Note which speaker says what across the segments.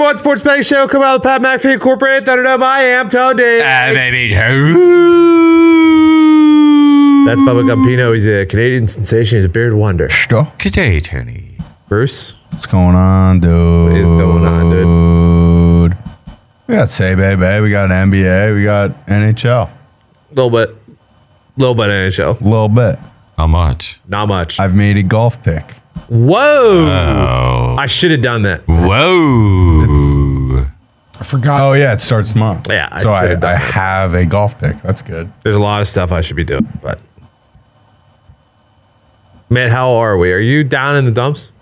Speaker 1: One Sports Betting Show coming out of the Pat McAfee Incorporated Thunderdome. I am Tone Dave.
Speaker 2: Uh, baby.
Speaker 1: That's Bubba Gumpino. He's a Canadian sensation. He's a bearded wonder.
Speaker 3: Что?
Speaker 2: Good day, Tony.
Speaker 1: Bruce,
Speaker 3: What's going on, dude?
Speaker 1: What is going on,
Speaker 3: dude? We got Say Bay, we got NBA, we got NHL.
Speaker 1: a little bit, little bit NHL.
Speaker 3: A little bit.
Speaker 2: How much?
Speaker 1: Not much.
Speaker 3: I've made a golf pick.
Speaker 1: Whoa!
Speaker 2: Oh.
Speaker 1: I should have done that.
Speaker 2: Whoa.
Speaker 4: I forgot.
Speaker 3: Oh yeah, it starts tomorrow.
Speaker 1: Yeah, I
Speaker 3: so I,
Speaker 1: should've done
Speaker 3: I
Speaker 1: it.
Speaker 3: have a golf pick. That's good.
Speaker 1: There's a lot of stuff I should be doing, but man, how are we? Are you down in the dumps?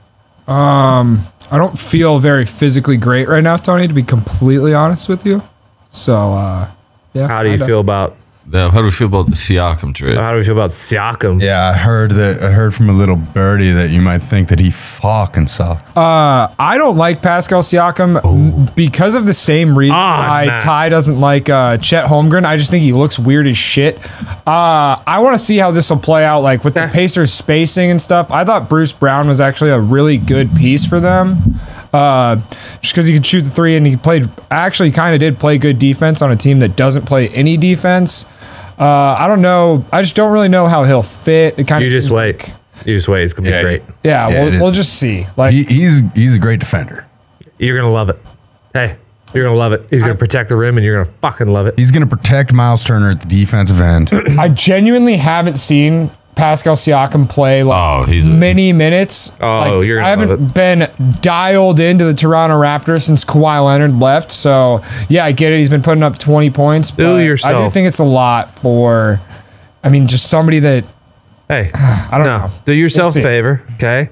Speaker 4: I don't feel very physically great right now, Tony, to be completely honest with you. So, uh, yeah.
Speaker 1: How do you
Speaker 4: kinda.
Speaker 1: feel about?
Speaker 2: The, how do we feel about the Siakam trade?
Speaker 1: How do we feel about Siakam?
Speaker 3: Yeah, I heard that. I heard from a little birdie that you might think that he fucking sucks.
Speaker 4: Uh, I don't like Pascal Siakam m- because of the same reason
Speaker 1: Ah,
Speaker 4: why
Speaker 1: man.
Speaker 4: Ty doesn't like uh, Chet Holmgren. I just think he looks weird as shit. Uh, I want to see how this will play out, like with the Pacers spacing and stuff. I thought Bruce Brown was actually a really good piece for them, uh, just because he could shoot the three and he played actually kind of did play good defense on a team that doesn't play any defense. Uh, I don't know. I just don't really know how he'll fit. It kind
Speaker 1: You
Speaker 4: of
Speaker 1: just wait. You just wait. It's gonna be
Speaker 3: Yeah,
Speaker 1: great.
Speaker 3: Yeah,
Speaker 4: Yeah,
Speaker 3: it
Speaker 4: we'll,
Speaker 3: is.
Speaker 4: we'll just see. Like
Speaker 3: He, he's he's a great defender.
Speaker 1: You're gonna love it. Hey, you're gonna love it. He's gonna protect the rim, and you're gonna fucking love it.
Speaker 3: He's gonna protect Miles Turner at the defensive end.
Speaker 4: I genuinely haven't seen Pascal Siakam play like
Speaker 2: Oh, he's a,
Speaker 4: many minutes.
Speaker 1: Oh,
Speaker 4: Like,
Speaker 1: you're gonna
Speaker 4: I haven't
Speaker 1: love
Speaker 4: been dialed into the Toronto Raptors since Kawhi Leonard left. So yeah, I get it. He's been putting up 20 points. But I do
Speaker 1: yourself.
Speaker 4: think it's a lot for. I mean, just somebody that
Speaker 1: Hey,
Speaker 4: I don't
Speaker 1: no,
Speaker 4: know.
Speaker 1: do yourself a
Speaker 4: We'll see.
Speaker 1: favor, okay?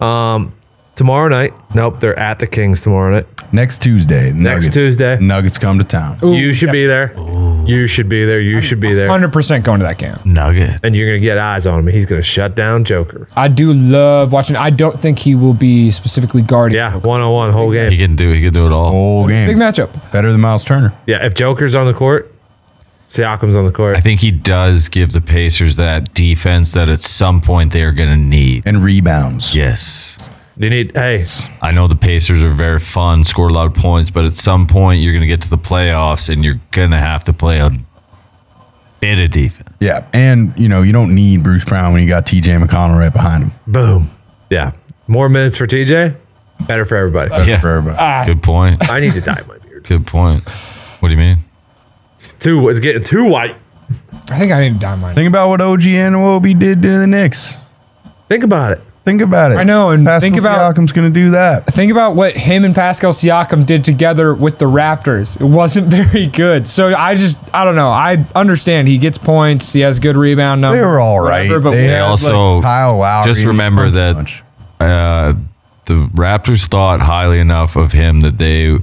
Speaker 1: Um, tomorrow night. Nope, they're at the Kings tomorrow night.
Speaker 3: Next Tuesday.
Speaker 1: Next
Speaker 3: Nuggets,
Speaker 1: Tuesday.
Speaker 4: Mm.
Speaker 3: Nuggets come to town.
Speaker 1: you should be there. You should be there. You should be there.
Speaker 4: 100% going to that game.
Speaker 2: nugget.
Speaker 1: And you're gonna get eyes on him. He's gonna shut down Joker.
Speaker 4: I do love watching. I don't think he will be specifically guarded.
Speaker 1: Yeah, one on one whole
Speaker 2: He
Speaker 1: game.
Speaker 2: can do. He can do it all.
Speaker 3: Whole game.
Speaker 4: Big matchup.
Speaker 3: Better than Miles Turner.
Speaker 1: Yeah, if Joker's on the court, Siakam's on the court.
Speaker 2: I think he does give the Pacers that defense that at some point they are going to need.
Speaker 3: And rebounds.
Speaker 2: Yes.
Speaker 1: You need hey,
Speaker 2: I know the Pacers are very fun, score a lot of points, but at some point you're going to get to the playoffs and you're going to have to play a bit of defense.
Speaker 3: Yeah, and you know you don't need Bruce Brown when you got T.J. McConnell right behind him.
Speaker 1: boom. Yeah, more minutes for TJ, better for everybody.
Speaker 3: Better
Speaker 2: Yeah.
Speaker 3: for everybody.
Speaker 4: Uh,
Speaker 2: Good point.
Speaker 1: I need to dye my beard.
Speaker 2: Good point. What do you mean?
Speaker 1: It's too. It's getting too white.
Speaker 4: I think I need to dime mine.
Speaker 3: Think about what OG Anunoby did to the Knicks.
Speaker 1: Think about it.
Speaker 3: Think about it.
Speaker 4: I know, and
Speaker 3: Pascal
Speaker 4: think about-
Speaker 3: Siakam's going to do that.
Speaker 4: Think about what him and Pascal Siakam did together with the Raptors. It wasn't very good. So I just, I don't know. I understand he gets points. He has good rebound numbers.
Speaker 3: They were all right.
Speaker 4: whatever, but
Speaker 3: they had,
Speaker 2: also-
Speaker 3: like, Kyle Lowry.
Speaker 2: just remember
Speaker 3: and
Speaker 2: that-
Speaker 3: bunch.
Speaker 2: Uh, the Raptors thought highly enough of him that they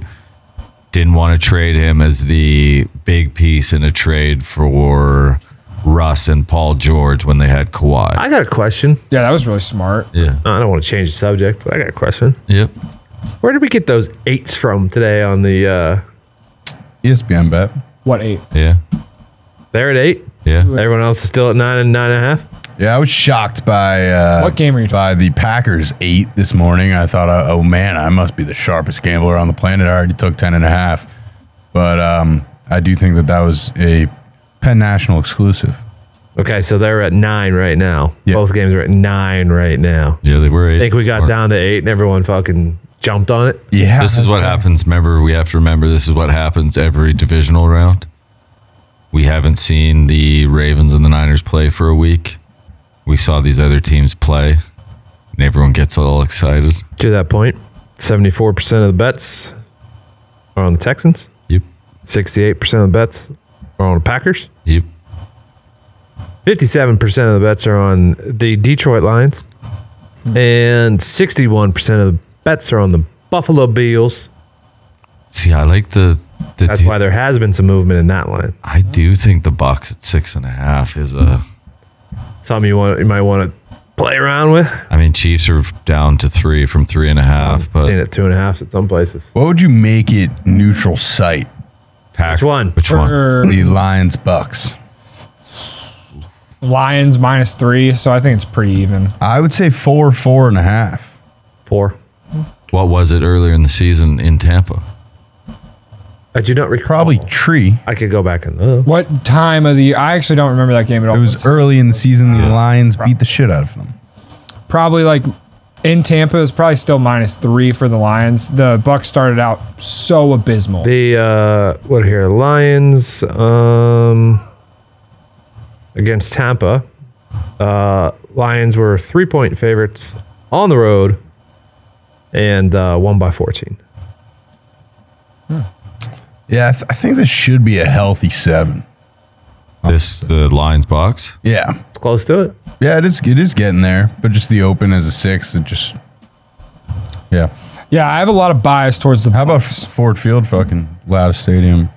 Speaker 2: didn't want to trade him as the big piece in a trade for Russ and Paul George when they had Kawhi.
Speaker 1: I got a question. Uh,
Speaker 4: yeah, that was really smart.
Speaker 2: Yeah.
Speaker 1: I don't want to change the subject, but I got a question.
Speaker 2: Yep.
Speaker 1: Where did we get those eights from today on the uh
Speaker 3: ESPN bet.
Speaker 4: What eight?
Speaker 2: Yeah.
Speaker 1: they're at eight?
Speaker 2: Yeah.
Speaker 1: Everyone else is still at nine and nine and a half.
Speaker 3: Yeah, I was shocked by uh,
Speaker 4: What game are you
Speaker 3: by
Speaker 4: talking
Speaker 3: the Packers eight this morning. I thought, uh, oh man, I must be the sharpest gambler on the planet. I already took ten and a half, but um, I do think that that was a Penn National exclusive.
Speaker 1: Okay, so they're at nine right now.
Speaker 3: Yeah.
Speaker 1: Both games are at nine right now.
Speaker 2: Yeah, they were.
Speaker 1: I think we got down to eight and everyone fucking jumped on it.
Speaker 3: Yeah,
Speaker 2: This is what happens. Remember, we have to remember this is what happens every divisional round. We haven't seen the Ravens and the Niners play for a week. We saw these other teams play, and everyone gets all excited.
Speaker 1: To that point, seventy-four percent of the bets are on the Texans.
Speaker 2: Yep.
Speaker 1: Sixty-eight percent of the bets are on the Packers.
Speaker 2: Yep.
Speaker 1: Fifty-seven percent of the bets are on the Detroit Lions, and sixty-one percent of the bets are on the Buffalo Bills.
Speaker 2: See, I like the. the
Speaker 1: That's why there has been some movement in that line.
Speaker 2: I do think the box at six and a half is a.
Speaker 1: Something you want you might want to play around with.
Speaker 2: I mean, Chiefs are down to three from three and a half, but
Speaker 1: Seen it two and a half at some places.
Speaker 3: What would you make it neutral site?
Speaker 2: Pack-
Speaker 1: Which one?
Speaker 2: Which one?
Speaker 4: Or
Speaker 3: The Lions Bucks.
Speaker 4: Lions minus three. So I think it's pretty even.
Speaker 3: I would say four, four and a half.
Speaker 1: Four.
Speaker 2: What was it earlier in the season in Tampa?
Speaker 1: I Uh, do not recall.
Speaker 4: Oh.
Speaker 3: Probably tree.
Speaker 1: I could go back and uh,
Speaker 4: What time of the year? I actually don't remember that game at all.
Speaker 3: It was early in the season. The Lions beat the shit out of them.
Speaker 4: probably like in Tampa. It was probably still minus three for the Lions. The Bucks started out so abysmal.
Speaker 1: the uh, what here Lions um, against Tampa. Uh, Lions were three point favorites on the road and uh, won by fourteen.
Speaker 3: Yeah, I, th- I think this should be a healthy seven.
Speaker 2: This the Lions box.
Speaker 3: Yeah,
Speaker 1: It's close to it.
Speaker 3: yeah, it is. It is getting there, but just the open as a six, it just. Yeah.
Speaker 4: yeah, I have a lot of bias towards the.
Speaker 3: How about
Speaker 4: Bucks.
Speaker 3: Ford Field? Fucking loudest stadium,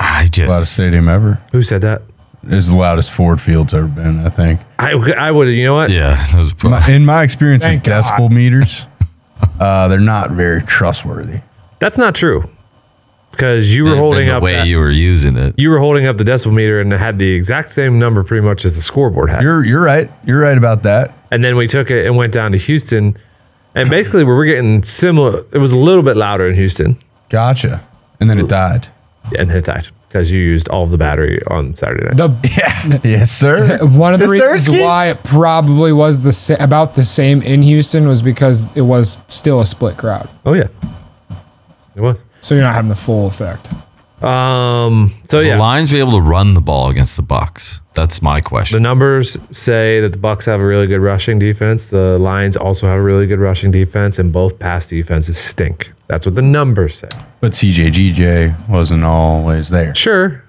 Speaker 2: I
Speaker 3: loudest
Speaker 2: just
Speaker 3: stadium ever.
Speaker 1: Who said that?
Speaker 3: It's the loudest Ford Field's ever been. I think.
Speaker 1: I I would. You know what?
Speaker 2: yeah. That was probably,
Speaker 3: My- in my experience
Speaker 4: Thank
Speaker 3: with
Speaker 4: God.
Speaker 3: decibel meters, uh, they're not very trustworthy.
Speaker 1: That's not true. Because you were holding
Speaker 2: the
Speaker 1: up
Speaker 2: way
Speaker 1: that-
Speaker 2: you were using it.
Speaker 1: you were holding up the decibel meter and it had the exact same number pretty much as the scoreboard had.
Speaker 3: You're you're right. You're right about that.
Speaker 1: and then we took it and went down to Houston, and basically we were getting similar. It was a little bit louder in Houston,
Speaker 3: Gotcha. And then it died.
Speaker 1: and it died because you used all of the battery on Saturday night.
Speaker 4: the
Speaker 3: Yeah. yes, sir.
Speaker 4: One of the
Speaker 3: Yes, sir,
Speaker 4: reasons
Speaker 3: Ski.
Speaker 4: why it probably was the sa- about the same in Houston was because it was still a split crowd,
Speaker 1: oh yeah, it was.
Speaker 4: so you're not having the full effect.
Speaker 1: Um. So
Speaker 2: The
Speaker 1: yeah,
Speaker 2: Lions be able to run the ball against the Bucks. That's my
Speaker 1: the
Speaker 2: question.
Speaker 1: numbers say that the Bucks have a really good rushing defense. The Lions also have a really good rushing defense, and both pass defenses stink. That's what the numbers say.
Speaker 3: But CJGJ wasn't always there.
Speaker 1: Sure.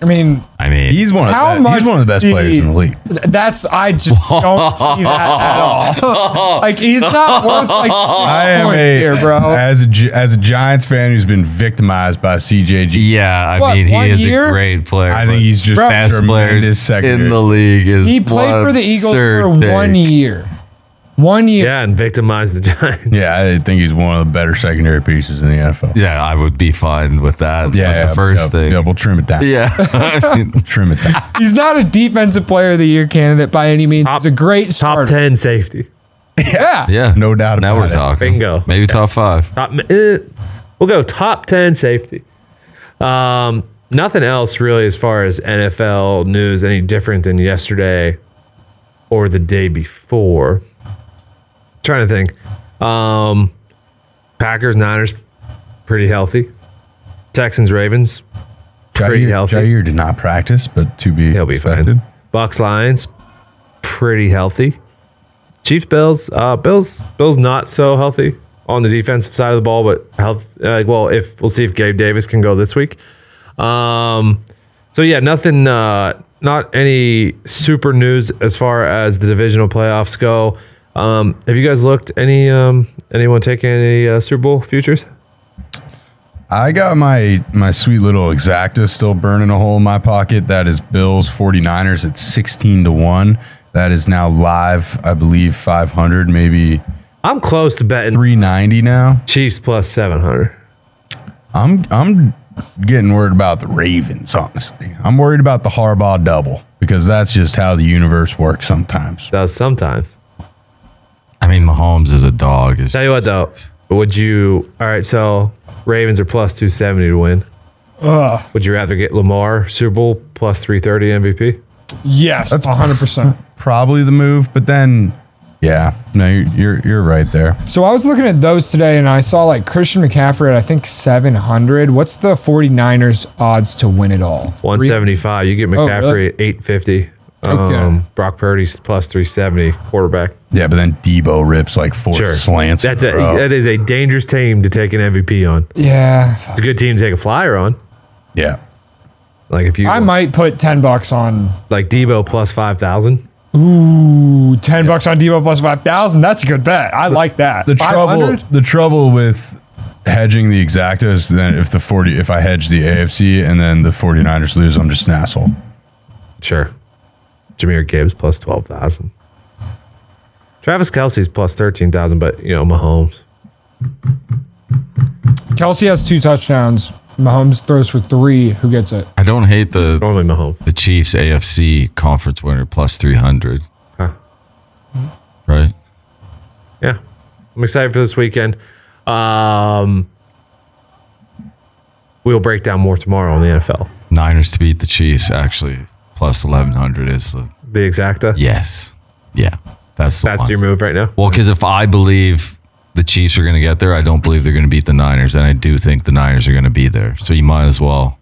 Speaker 4: I mean,
Speaker 2: I mean,
Speaker 3: He's one of
Speaker 4: How
Speaker 3: the,
Speaker 4: much
Speaker 3: he's one of the best
Speaker 4: did
Speaker 3: players in the league.
Speaker 4: th- that's I just don't see that at all. like he's not worth like
Speaker 3: I
Speaker 4: six
Speaker 3: am
Speaker 4: points
Speaker 3: a,
Speaker 4: here, bro.
Speaker 3: as a Gi- as a Giants fan who's been victimized by CJG.
Speaker 2: yeah. I
Speaker 4: What,
Speaker 2: mean,
Speaker 4: one
Speaker 2: he is
Speaker 4: year?
Speaker 2: a great player.
Speaker 3: I
Speaker 2: but
Speaker 3: think he's just
Speaker 4: Bro.
Speaker 3: best
Speaker 2: best
Speaker 3: tremendous
Speaker 2: players
Speaker 3: secondary.
Speaker 2: in the league. Is
Speaker 4: He played
Speaker 2: what
Speaker 4: for the Eagles
Speaker 2: absurd
Speaker 4: for one
Speaker 2: thing.
Speaker 4: year. One year.
Speaker 1: Yeah, and victimize the Giants.
Speaker 3: yeah, I think he's one of the better secondary pieces in the NFL.
Speaker 2: Yeah, I would be fine with that.
Speaker 3: yeah,
Speaker 2: Yeah, the first
Speaker 3: yeah,
Speaker 2: thing.
Speaker 3: Yeah, we'll trim it down.
Speaker 2: Yeah. I mean,
Speaker 3: Trim it down.
Speaker 4: He's not a defensive player of the year candidate by any means.
Speaker 1: Top-
Speaker 4: He's a great
Speaker 1: Top
Speaker 4: starter.
Speaker 1: ten safety.
Speaker 4: Yeah.
Speaker 2: yeah.
Speaker 3: No doubt
Speaker 2: Now
Speaker 3: about
Speaker 2: we're
Speaker 3: it.
Speaker 2: talking.
Speaker 1: Bingo.
Speaker 2: Maybe top five.
Speaker 1: Top, eh, we'll go top 10 safety. Um, nothing else really as far as NFL news any different than yesterday or the day before. Trying to think. Um, Packers, Niners, pretty healthy. Texans, Ravens, Pretty
Speaker 3: Jair,
Speaker 1: healthy.
Speaker 3: Jair did not practice, but to be
Speaker 1: he'll be
Speaker 3: expected.
Speaker 1: fine. Bucks, Lions, pretty healthy. Chiefs, Bills, uh, Bills, Bills not so healthy on the defensive side of the ball, but health. uh, Like, well, if we'll see if Gabe Davis can go this week. Um, so yeah, nothing, uh, not any super news as far as the divisional playoffs go. Um, have you guys looked any um, anyone taking any uh, Super Bowl futures?
Speaker 3: I got my my sweet little exacta still burning a hole in my pocket. That is Bills 49ers at 16 to 1. That is now live, I believe 500, maybe
Speaker 1: I'm close to betting
Speaker 3: 390 now.
Speaker 1: Chiefs plus seven hundred.
Speaker 3: I'm I'm getting worried about the Ravens, honestly. I'm worried about the Harbaugh double because that's just how the universe works sometimes.
Speaker 1: Does sometimes.
Speaker 2: I mean, Mahomes is a dog. Is
Speaker 1: Tell you what though, would you? All right, so Ravens are plus two seventy to win. Would you rather get Lamar Super Bowl plus three thirty MVP?
Speaker 4: Yes. That's 100%.
Speaker 3: Probably the move, but then yeah, no, you're you're, you're right there.
Speaker 4: So I was looking at those today and I saw like Christian McCaffrey at I think 700. What's the 49ers odds to win it all?
Speaker 1: One seventy five. You get
Speaker 4: Oh, really?
Speaker 1: McCaffrey at eight fifty. Um,
Speaker 4: Okay.
Speaker 1: Brock Purdy's plus three seventy quarterback.
Speaker 3: Yeah, but then Debo rips like four slants.
Speaker 1: That's
Speaker 3: in
Speaker 1: a
Speaker 3: a row.
Speaker 1: that is a dangerous team to take an MVP on. It's
Speaker 4: Yeah.
Speaker 1: a good team to take a flyer on.
Speaker 3: Yeah.
Speaker 1: Like if you
Speaker 4: I might put 10 bucks on
Speaker 1: like Debo plus five thousand.
Speaker 4: ooh, 10 bucks on Debo plus 5000. That's a good bet. I like that.
Speaker 3: the
Speaker 4: 500?
Speaker 3: trouble the trouble with hedging the exacta is then if the 40 if i hedge the afc and then the 49ers lose i'm just an asshole
Speaker 1: Sure. Jameer Gibbs plus twelve thousand. Travis Kelsey's plus thirteen thousand, but you know Mahomes.
Speaker 4: Kelsey has two touchdowns. Mahomes throws for 3. Who gets it?
Speaker 2: I don't hate the
Speaker 1: Normally Mahomes.
Speaker 2: the Chiefs AFC conference winner plus 300.
Speaker 1: Huh.
Speaker 2: Right?
Speaker 1: Yeah. I'm excited for this weekend. Um, we'll break down more tomorrow on the NFL.
Speaker 2: Niners to beat the Chiefs actually plus eleven hundred is the
Speaker 1: The exacta.
Speaker 2: yes, yeah. That's the
Speaker 1: That's
Speaker 2: one.
Speaker 1: your move right now.
Speaker 2: Well, because if I believe the Chiefs are going to get there, I don't believe they're going to beat the Niners, and I do think the Niners are going to be there. So you might as well.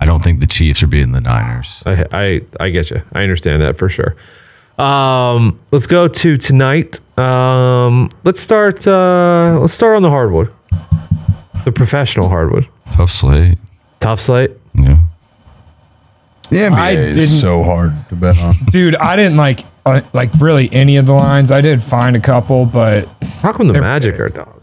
Speaker 2: I don't think the Chiefs are beating the Niners.
Speaker 1: I, I I get you. I understand that for sure. Um, let's go to tonight. Um, let's start. Uh, let's start on the hardwood, the professional hardwood.
Speaker 2: Tough slate.
Speaker 1: Tough slate.
Speaker 2: Yeah.
Speaker 3: The NBA
Speaker 4: I didn't-
Speaker 3: is so hard to bet on.
Speaker 4: Dude, I didn't like uh, like really any of the lines. I did find a couple, but
Speaker 1: How come the Magic are dogs?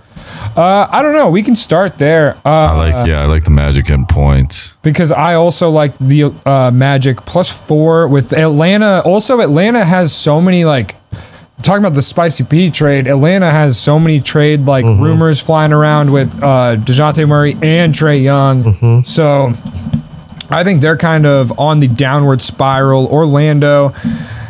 Speaker 4: uh, I don't know. We can start there uh,
Speaker 2: I like. yeah, I like the Magic and points.
Speaker 4: because I also like the uh, Magic plus four with Atlanta. Also, Atlanta has so many like talking about the spicy P trade. Atlanta has so many trade like rumors flying around with uh, Dejounte Murray and Trey Young. So I think they're kind of on the downward spiral. Orlando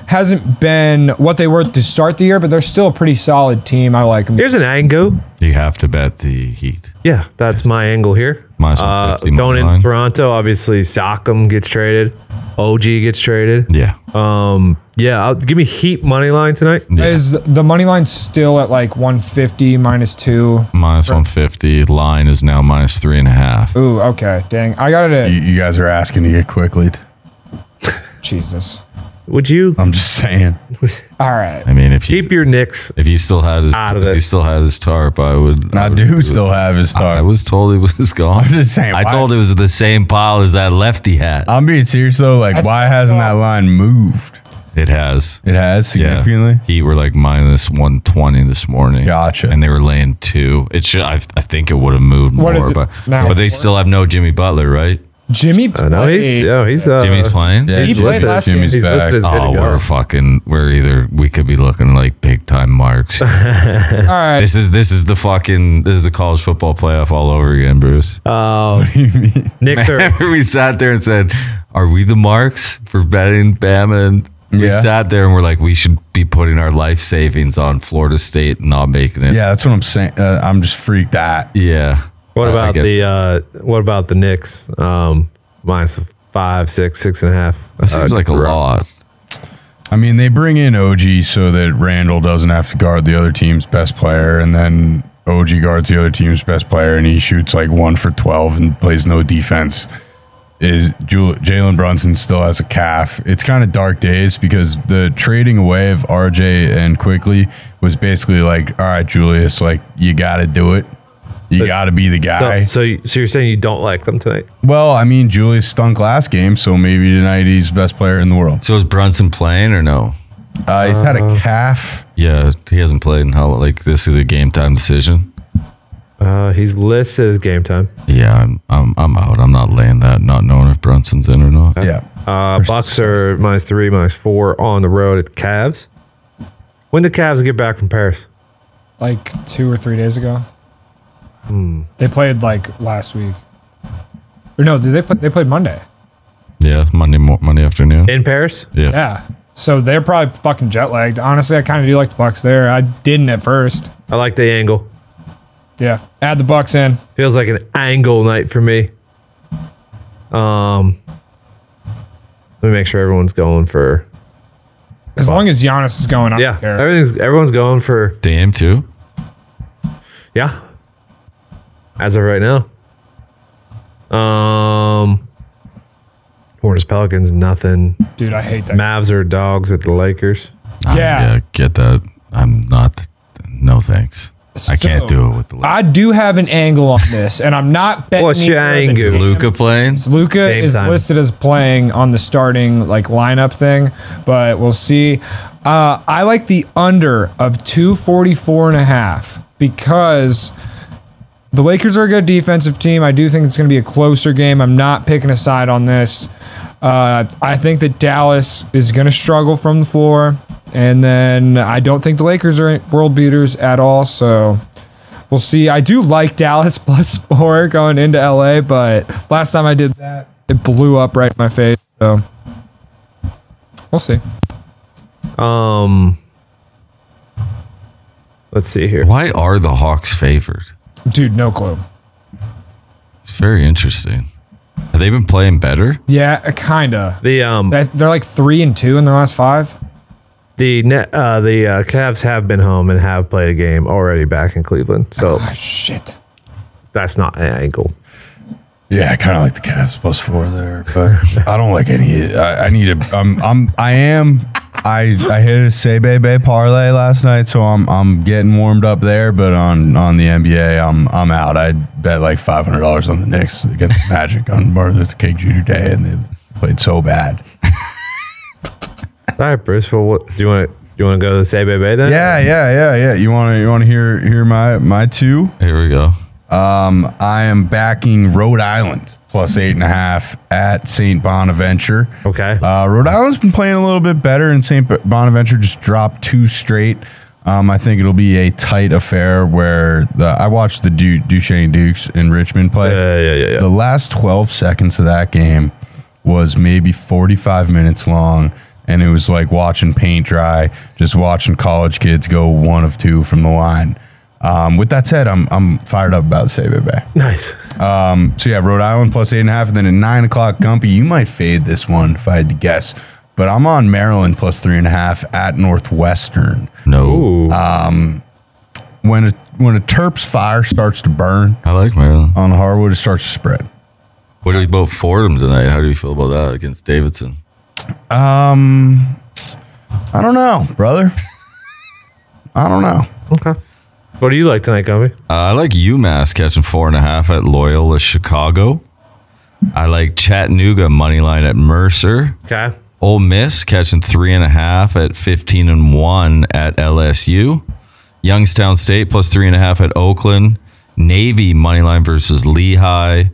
Speaker 4: hasn't been what they were to start the year, but they're still a pretty solid team. I like them.
Speaker 1: Here's an angle.
Speaker 2: You have to bet the Heat.
Speaker 1: Yeah, that's my angle here.
Speaker 2: Minus
Speaker 1: Uh,
Speaker 2: 150 money
Speaker 1: going in
Speaker 2: line.
Speaker 1: Toronto, obviously, Siakam gets traded. OG gets traded.
Speaker 2: Yeah.
Speaker 1: Um, yeah, I'll, give me Heat money line tonight.
Speaker 2: Yeah.
Speaker 4: Is the money line still at like 150 minus two?
Speaker 2: Minus 150. Line is now minus three and a half.
Speaker 4: Ooh, okay. Dang. I got it
Speaker 3: You,
Speaker 4: at
Speaker 3: you guys are asking to get quickly.
Speaker 4: Jesus.
Speaker 1: Would you
Speaker 3: I'm just saying.
Speaker 4: All right.
Speaker 2: I mean, if you
Speaker 1: keep your Knicks?
Speaker 2: if you still had his
Speaker 1: Out of
Speaker 2: if you
Speaker 1: this.
Speaker 2: still had his tarp, I would.
Speaker 3: I
Speaker 2: would-
Speaker 3: do still have his
Speaker 2: I
Speaker 3: talk.
Speaker 2: was told he was gone.
Speaker 3: I'm just saying,
Speaker 2: I
Speaker 3: why- Uh,
Speaker 2: told it was the same pile as that lefty hat.
Speaker 3: I'm being serious though. Like,
Speaker 4: That's-
Speaker 3: why hasn't that line moved?
Speaker 2: It has.
Speaker 3: It has
Speaker 2: Yeah.
Speaker 3: significantly.
Speaker 2: Heat were like minus 120 this morning.
Speaker 3: Gotcha.
Speaker 2: And they were laying two. It should, I, I think it would have moved
Speaker 4: What
Speaker 2: more,
Speaker 4: is it
Speaker 2: but,
Speaker 4: now?
Speaker 2: but they still have no Jimmy Butler, right?
Speaker 4: Jimmy
Speaker 1: Uh,
Speaker 4: played.
Speaker 1: no, he's yeah, he's uh,
Speaker 2: Jimmy's playing?
Speaker 3: Yeah,
Speaker 4: He
Speaker 1: He's
Speaker 4: played
Speaker 1: listed.
Speaker 4: last game.
Speaker 3: Jimmy's
Speaker 1: He's
Speaker 3: back.
Speaker 1: listed as good
Speaker 2: Oh,
Speaker 1: to
Speaker 2: we're
Speaker 1: go.
Speaker 2: fucking, we're either, we could be looking like big time marks.
Speaker 4: All right.
Speaker 2: this is, this is the fucking, this is the college football playoff all over again, Bruce.
Speaker 1: Uh, Knicks are
Speaker 2: we sat there and said, "Are we the marks for betting Bama?" And we
Speaker 3: Yeah.
Speaker 2: sat there and we're like, "We should be putting our life savings on Florida State and not making it."
Speaker 3: Yeah, that's what I'm saying. Uh, I'm just freaked out.
Speaker 2: yeah.
Speaker 1: What
Speaker 2: I- I
Speaker 1: about
Speaker 2: get-
Speaker 1: the uh, what about the Knicks? Um, minus five, six, six and a half.
Speaker 2: That seems
Speaker 1: Uh,
Speaker 2: like a
Speaker 1: it's rough.
Speaker 2: lot.
Speaker 3: I mean, they bring in OG so that Randall doesn't have to guard the other team's best player, and then OG guards the other team's best player, and he shoots like one for twelve and plays no defense. Is Jul- Jalen Brunson still has a calf? It's kind of dark days because the trading away of RJ and quickly was basically like, all right, Julius, like you got to do it. You got to be the guy.
Speaker 1: So, so, you- so you're saying you don't like them tonight?
Speaker 3: well, I mean, Julius stunk last game, so maybe tonight he's best player in the world.
Speaker 2: So is Brunson playing or no?
Speaker 3: Uh, he's had a calf.
Speaker 2: Yeah, he hasn't played in how like this is a game time decision.
Speaker 1: Uh, he's listed as game time.
Speaker 2: Yeah, I'm I'm I'm out. I'm not laying that, not knowing if Brunson's in or not.
Speaker 3: Yeah.
Speaker 1: Uh, Bucks are minus three, minus four on the road at the Cavs. When the Cavs get back from Paris?
Speaker 4: Like two or three days ago.
Speaker 1: Hmm.
Speaker 4: They played like last week. Or no, did they play, they played Monday.
Speaker 2: Yeah, Monday mo- Monday afternoon.
Speaker 1: In Paris?
Speaker 2: Yeah.
Speaker 4: Yeah. So they're probably fucking jet lagged. Honestly, I kind of do like the Bucks there. I didn't at first.
Speaker 1: I like the angle.
Speaker 4: Yeah. Add the Bucks in.
Speaker 1: Feels like an angle night for me. Um, let me make sure everyone's going for
Speaker 4: As long as Giannis is going, I
Speaker 1: yeah.
Speaker 4: don't care.
Speaker 1: Everything's everyone's going for
Speaker 2: Damn too.
Speaker 1: Yeah. As of right now. Um Hornets Pelicans, nothing.
Speaker 4: Dude, I hate that.
Speaker 1: Mavs are dogs at the Lakers.
Speaker 2: I-
Speaker 4: Yeah.
Speaker 2: yeah, get that. I'm not. No thanks. I can't
Speaker 4: So,
Speaker 2: do it with the.
Speaker 4: I do have an angle on this, and I'm not betting.
Speaker 1: What's your
Speaker 4: either of the
Speaker 1: angle?
Speaker 2: Is Luca playing?
Speaker 4: Luca
Speaker 1: Same
Speaker 4: is
Speaker 1: time.
Speaker 4: listed as playing on the starting like lineup thing, but we'll see. Uh, I like the under of 244 and a half because the Lakers are a good defensive team. I do think it's going to be a closer game. I'm not picking a side on this. Uh, I think that Dallas is going to struggle from the floor. And then I don't think the Lakers are world beaters at all. So we'll see. I do like Dallas plus four going into LA, but last time I did that, it blew up right in my face. So we'll see.
Speaker 1: Um Let's see here.
Speaker 2: Why are the Hawks favored?
Speaker 4: Dude, no clue.
Speaker 2: It's very interesting. Have they been playing better?
Speaker 4: Yeah, uh, kinda.
Speaker 1: The um
Speaker 4: That- They're like three and two in their last five.
Speaker 1: the net uh, the uh, Cavs have been home and have played a game already back in Cleveland, so
Speaker 4: Shit.
Speaker 1: that's not an angle.
Speaker 3: Yeah, I kind of like the Cavs plus four there, but I don't like any. I, I need a. I'm. I'm. I am. I I hit a say bay bay parlay last night, so I'm I'm getting warmed up there. But on on the NBA, I'm I'm out. I bet like five hundred dollars on the Knicks against the Magic on Martin Luther King Jr. Day, and they played so bad.
Speaker 1: All right, Bruce. Well, what do you want? to You want to go to the Say Bay Bay then?
Speaker 3: Yeah, yeah, yeah, yeah. You wanna you wanna hear hear my my two?
Speaker 2: Here we go.
Speaker 3: Um, I am backing Rhode Island plus eight and a half at Saint Bonaventure.
Speaker 1: Okay.
Speaker 3: Uh, Rhode Island's been playing a little bit better, and St. Bonaventure just dropped two straight. Um, I think it'll be a tight affair where the, I watched the du- Duchesne Dukes in Richmond play.
Speaker 1: yeah, yeah, yeah, yeah.
Speaker 3: The last 12 seconds of that game was maybe 45 minutes long, and it was like watching paint dry, just watching college kids go one of two from the line. Um, with that said, I'm, I'm fired up about Sabre Bay.
Speaker 1: nice.
Speaker 3: So yeah, Rhode Island plus eight and a half, and then at nine o'clock, Gumpy. You might fade this one if I had to guess, but I'm on Maryland plus three and a half at Northwestern.
Speaker 2: No.
Speaker 1: Ooh.
Speaker 3: When a when a Terps fire starts to burn
Speaker 2: I like Maryland.
Speaker 3: on the hardwood, it starts to spread.
Speaker 2: What do we vote Fordham tonight? How do you feel about that against Davidson?
Speaker 3: Um, I don't know, brother. I don't know.
Speaker 1: okay. What do you like tonight, Gumby?
Speaker 2: Uh, I like UMass catching four and a half at Loyola Chicago. I like Chattanooga money line at Mercer.
Speaker 1: Okay.
Speaker 2: Ole Miss catching three and a half at 15 and one at LSU. Youngstown State plus three and a half at Oakland. Navy money line versus Lehigh.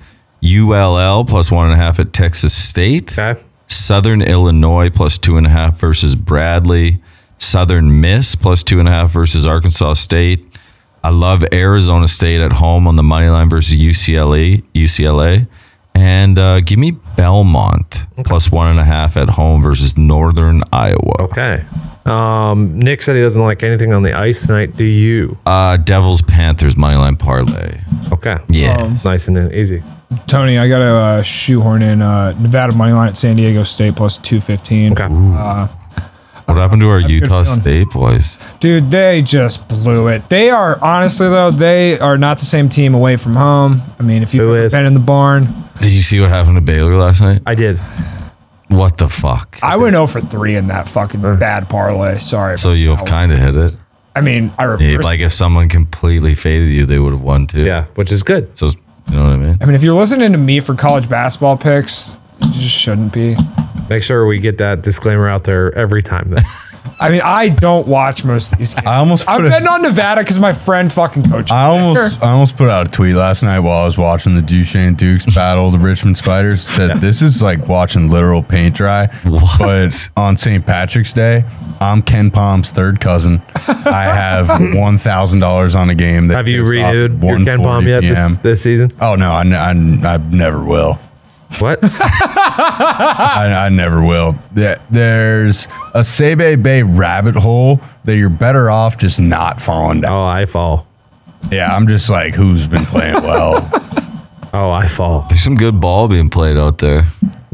Speaker 2: ULL plus one and a half at Texas State.
Speaker 1: Okay.
Speaker 2: Southern Illinois plus two and a half versus Bradley. Southern Miss plus two and a half versus Arkansas State. I love Arizona State at home on the money line versus UCLA. UCLA, and uh, give me Belmont plus one and a half at home versus Northern Iowa.
Speaker 1: Okay. Um, Nick said he doesn't like anything on the ice tonight. Do you?
Speaker 2: Uh, Devils Panthers money line parlay.
Speaker 1: Okay.
Speaker 2: Yeah,
Speaker 1: Nice and easy.
Speaker 4: Tony, I gotta uh, shoehorn in uh, Nevada money line at San Diego State plus two fifteen.
Speaker 1: Okay.
Speaker 2: what happened to our
Speaker 4: good
Speaker 2: Utah
Speaker 4: feeling.
Speaker 2: State boys?
Speaker 4: Dude, they just blew it. They are honestly though, they are not the same team away from home. I mean, if
Speaker 1: Who
Speaker 4: you've
Speaker 1: is?
Speaker 4: been in the barn,
Speaker 2: Did you see what happened to Baylor last night?
Speaker 1: I did.
Speaker 2: What the fuck?
Speaker 4: I went 0 for three in that fucking bad parlay. Sorry.
Speaker 2: so
Speaker 4: about
Speaker 2: you
Speaker 4: that
Speaker 2: have
Speaker 4: one.
Speaker 2: kind of hit it.
Speaker 4: I mean, I
Speaker 2: Yeah,
Speaker 4: reversed.
Speaker 2: like if someone completely faded you, they would have won too.
Speaker 1: Yeah, which is good.
Speaker 2: So you know what I mean?
Speaker 4: I mean, if you're listening to me for college basketball picks, you just shouldn't be.
Speaker 1: Make sure we get that disclaimer out there every time. Then.
Speaker 4: I mean, I don't watch most of these games.
Speaker 3: I almost
Speaker 4: I'm
Speaker 3: put a-
Speaker 4: betting on Nevada because my friend fucking coaches.
Speaker 3: I almost I almost put out a tweet last night while I was watching the Duchesne Dukes battle the Richmond Spiders that this is like watching literal paint dry.
Speaker 2: What?
Speaker 3: But on St. Patrick's Day, I'm Ken Palm's third cousin. I have one thousand dollars on a game. That
Speaker 1: Have you
Speaker 3: kicks off
Speaker 1: renewed
Speaker 3: at
Speaker 1: your Ken Palm
Speaker 3: 1:40
Speaker 1: yet
Speaker 3: PM.
Speaker 1: this, this season?
Speaker 3: oh no, I, n- I n- I never will.
Speaker 1: What?
Speaker 3: I, I never will. There- There's a Sebe Bay rabbit hole that you're better off just not falling down.
Speaker 1: Oh, I fall.
Speaker 3: Yeah, I'm just like, who's been playing well?
Speaker 1: Oh, I fall.
Speaker 2: There's some good ball being played out there.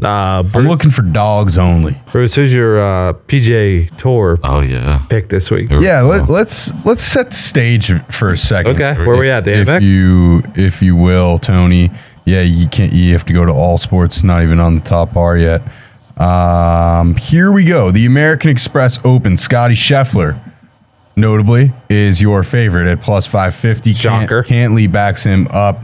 Speaker 1: Uh, Bruce,
Speaker 3: I'm looking for dogs only.
Speaker 1: Bruce, who's your uh, PJ Tour
Speaker 2: Oh yeah.
Speaker 1: pick this week?
Speaker 2: Here we
Speaker 3: Yeah, let,
Speaker 2: go.
Speaker 3: let's let's set the stage for a second.
Speaker 1: Okay, where we at? The
Speaker 3: If
Speaker 1: AMX?
Speaker 3: you if you will, Tony. Yeah, you can't. You have to go to all sports. Not even on the top bar yet. Um, here we go. The American Express Open. Scotty Scheffler, notably, is your favorite at plus five fifty.
Speaker 1: Shocker.
Speaker 3: Cantley backs him up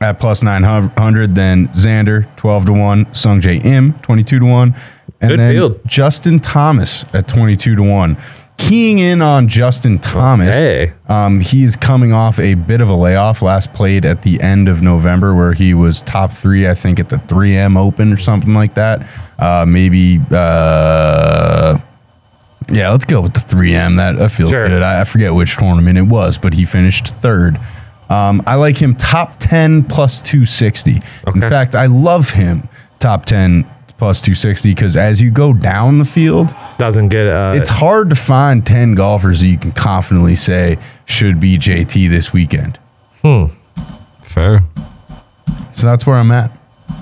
Speaker 3: at plus nine hundred. Then Xander twelve to one. Sung J M twenty two to one. And
Speaker 1: Good
Speaker 3: then
Speaker 1: field.
Speaker 3: Justin Thomas at 22 to 1. Keying in on Justin Thomas.
Speaker 1: Hey.
Speaker 3: Um, he is coming off a bit of a layoff. Last played at the end of November, where he was top three, I think, at the 3M Open or something like that. Uh, maybe, uh, yeah, let's go with the 3M. That, that feels
Speaker 1: Sure.
Speaker 3: good. I, I forget which tournament it was, but he finished third. Um, I like him top 10 plus 260. In fact, I love him top 10 plus 260 because as you go down the field,
Speaker 1: Doesn't get uh,
Speaker 3: it's hard to find 10 golfers that you can confidently say should be JT this weekend.
Speaker 2: Fair.
Speaker 3: So that's where I'm at.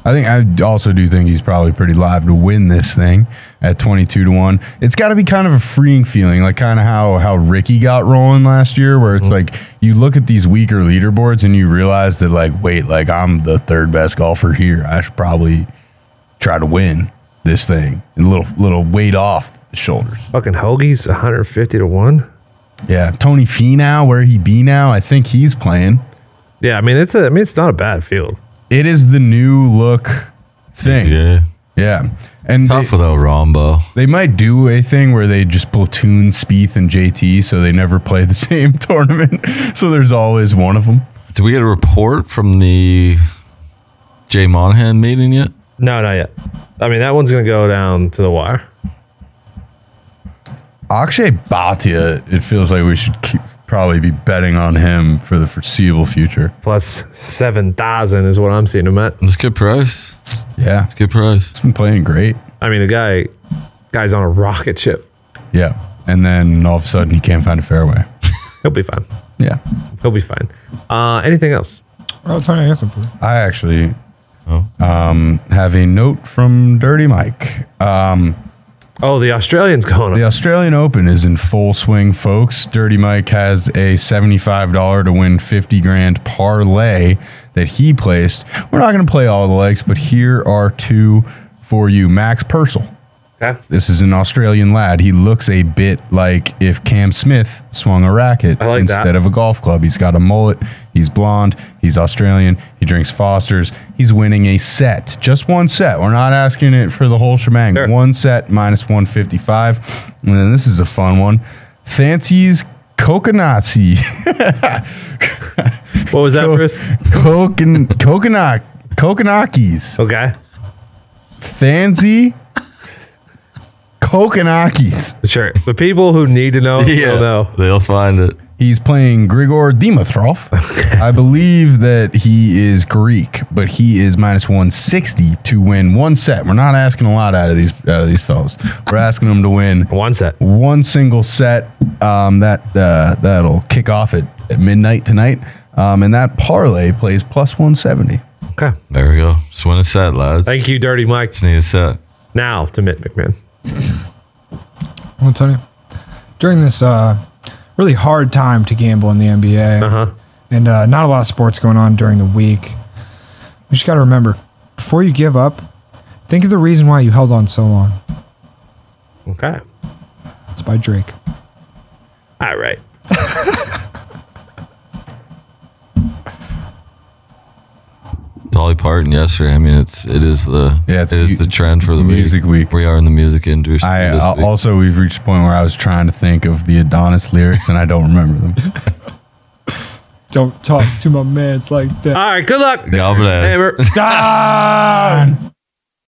Speaker 3: I think I also do think he's probably pretty live to win this thing at 22 to 1. It's got to be kind of a freeing feeling, like kind of how how Ricky got rolling last year where it's like you look at these weaker leaderboards and you realize that like wait, like I'm the third best golfer here. I should probably try to win this thing. A little little weight off the shoulders.
Speaker 1: fucking hoagies 150 to 1.
Speaker 3: Yeah, Tony Finau, where he be now? I think he's playing.
Speaker 1: Yeah, I mean it's a I mean it's not a bad field.
Speaker 3: It is the new look thing. Yeah.
Speaker 2: Yeah.
Speaker 3: And they-
Speaker 2: Tough without Rombo.
Speaker 3: They might do a thing where they just platoon Spieth and JT, so they never play the same tournament. So there's always one of them.
Speaker 2: Did we get a report from the Jay Monahan meeting yet?
Speaker 1: No, not yet. I mean that one's gonna go down to the wire.
Speaker 3: Akshay Bhatia, it feels like we should keep, probably be betting on him for the foreseeable future.
Speaker 1: Plus seven thousand is what I'm seeing him at.
Speaker 2: It's a good price.
Speaker 3: Yeah,
Speaker 2: It's a good price.
Speaker 3: he's been playing great.
Speaker 1: I mean the guy guy's on a rocket ship.
Speaker 3: Yeah, and then all of a sudden he can't find a fairway.
Speaker 1: He'll be fine.
Speaker 3: Yeah,
Speaker 1: He'll be fine. Uh, anything else?
Speaker 4: Oh, Tony, I got some for you.
Speaker 3: I actually
Speaker 2: Oh.
Speaker 3: um, have a note from Dirty Mike. Um,
Speaker 1: Oh, the Australian's going up.
Speaker 3: The Australian Open is in full swing, folks. Dirty Mike has a $75 to win 50 grand parlay that he placed. We're not going to play all the legs, but here are two for you. Max Purcell.
Speaker 1: Okay.
Speaker 3: This is an Australian lad. He looks a bit like if Cam Smith swung a racket
Speaker 1: I like that.
Speaker 3: instead of a golf club. He's got a mullet. He's blonde. He's Australian. He drinks Foster's. He's winning a set, just one set. We're not asking it for the whole shebang.
Speaker 1: Sure.
Speaker 3: One set minus 155. And then this is a fun one. Fancy's Kokonazi.
Speaker 1: What was that, Bruce?
Speaker 3: Kokon, Kokonak. Kokonakis.
Speaker 1: Okay.
Speaker 3: Fancy Kokonakis.
Speaker 1: Sure. The people who need to know will know.
Speaker 2: They'll find it.
Speaker 3: He's playing Grigor Dimitrov. I believe that he is Greek, but he is minus 160 to win one set. We're not asking a lot out of these out of these fellas. We're asking them to win
Speaker 1: One set.
Speaker 3: one single set. Um, that uh, that'll kick off at, at midnight tonight. Um, and that parlay plays plus 170.
Speaker 1: Okay.
Speaker 2: There we go. Just win a set, lads.
Speaker 1: Thank you, Dirty Mike.
Speaker 2: Just need a set.
Speaker 1: Now to Mitt McMahon.
Speaker 4: Well, Tony, during this uh, really hard time to gamble in the NBA,
Speaker 1: Uh-huh.
Speaker 4: and uh, not a lot of sports going on during the week, we just got to remember before you give up, think of the reason why you held on so long.
Speaker 1: Okay.
Speaker 4: It's by Drake.
Speaker 1: All right.
Speaker 2: Dolly Parton yesterday. I mean, it's it is the
Speaker 3: Yeah, it's
Speaker 2: it is
Speaker 3: mu-
Speaker 2: the trend for
Speaker 3: it's
Speaker 2: the week.
Speaker 3: music week.
Speaker 2: We are in the music industry.
Speaker 3: I
Speaker 2: this
Speaker 3: uh,
Speaker 2: week.
Speaker 3: also we've reached a point where I was trying to think of the Adonis lyrics and I don't remember them.
Speaker 4: Don't talk to my mans like that.
Speaker 1: All right. Good luck.
Speaker 2: Galvez.
Speaker 1: Amber.
Speaker 3: Don!